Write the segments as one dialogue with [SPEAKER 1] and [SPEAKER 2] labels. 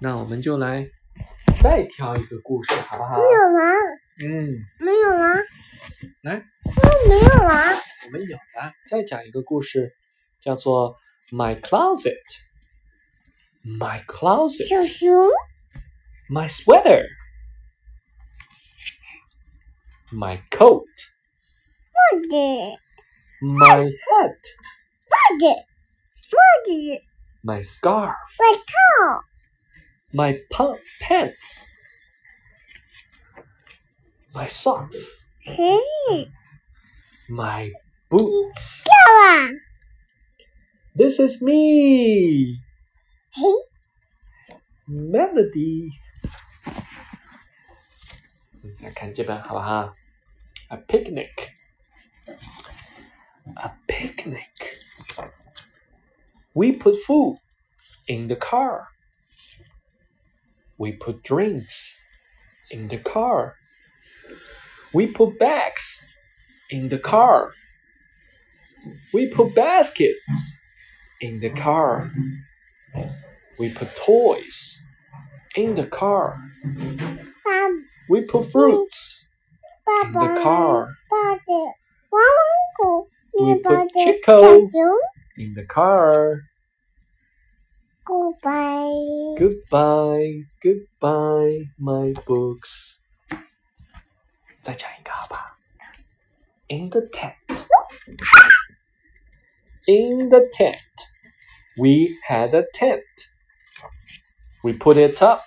[SPEAKER 1] 那我们就来再挑一个故事，好不好？
[SPEAKER 2] 没有啦，
[SPEAKER 1] 嗯，
[SPEAKER 2] 没有啦，
[SPEAKER 1] 来，
[SPEAKER 2] 没有啊啦，
[SPEAKER 1] 我们有了，再讲一个故事，叫做《My Closet》。My closet,
[SPEAKER 2] 小熊，
[SPEAKER 1] my sweater, my coat,
[SPEAKER 2] 帽子，
[SPEAKER 1] my hat,
[SPEAKER 2] 帽子，帽子，
[SPEAKER 1] my scarf,
[SPEAKER 2] 外套，
[SPEAKER 1] my pu- pants, my socks,
[SPEAKER 2] 鞋子，
[SPEAKER 1] my boots.
[SPEAKER 2] 到啊，
[SPEAKER 1] This is me,
[SPEAKER 2] 嘿，
[SPEAKER 1] Melody. 嗯来看这本好不好？A picnic, a picnic. We put food in the car. We put drinks in the car. We put bags in the car. We put baskets in the car. We put toys in the car.
[SPEAKER 2] 爸
[SPEAKER 1] We put fruits
[SPEAKER 2] 爸
[SPEAKER 1] in
[SPEAKER 2] 爸，
[SPEAKER 1] the
[SPEAKER 2] 抱
[SPEAKER 1] car.
[SPEAKER 2] 着王蒙古，
[SPEAKER 1] We
[SPEAKER 2] 面包
[SPEAKER 1] put
[SPEAKER 2] 的小
[SPEAKER 1] Chico
[SPEAKER 2] 熊，
[SPEAKER 1] In the car.
[SPEAKER 2] 告白，
[SPEAKER 1] Goodbye, goodbye, my books. 再讲一个好吧？In the tent. In the tent. We had a tent. We put it up.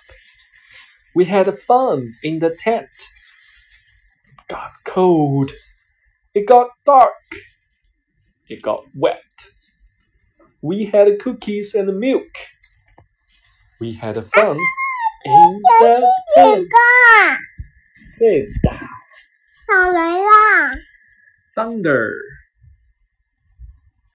[SPEAKER 1] We had fun in the tent. Got cold. It got dark. It got wet. We had cookies and milk. We had fun in
[SPEAKER 2] 小
[SPEAKER 1] the
[SPEAKER 2] 心点
[SPEAKER 1] tent.
[SPEAKER 2] 哥啊，
[SPEAKER 1] 对的
[SPEAKER 2] 少来啦。
[SPEAKER 1] ，thunder。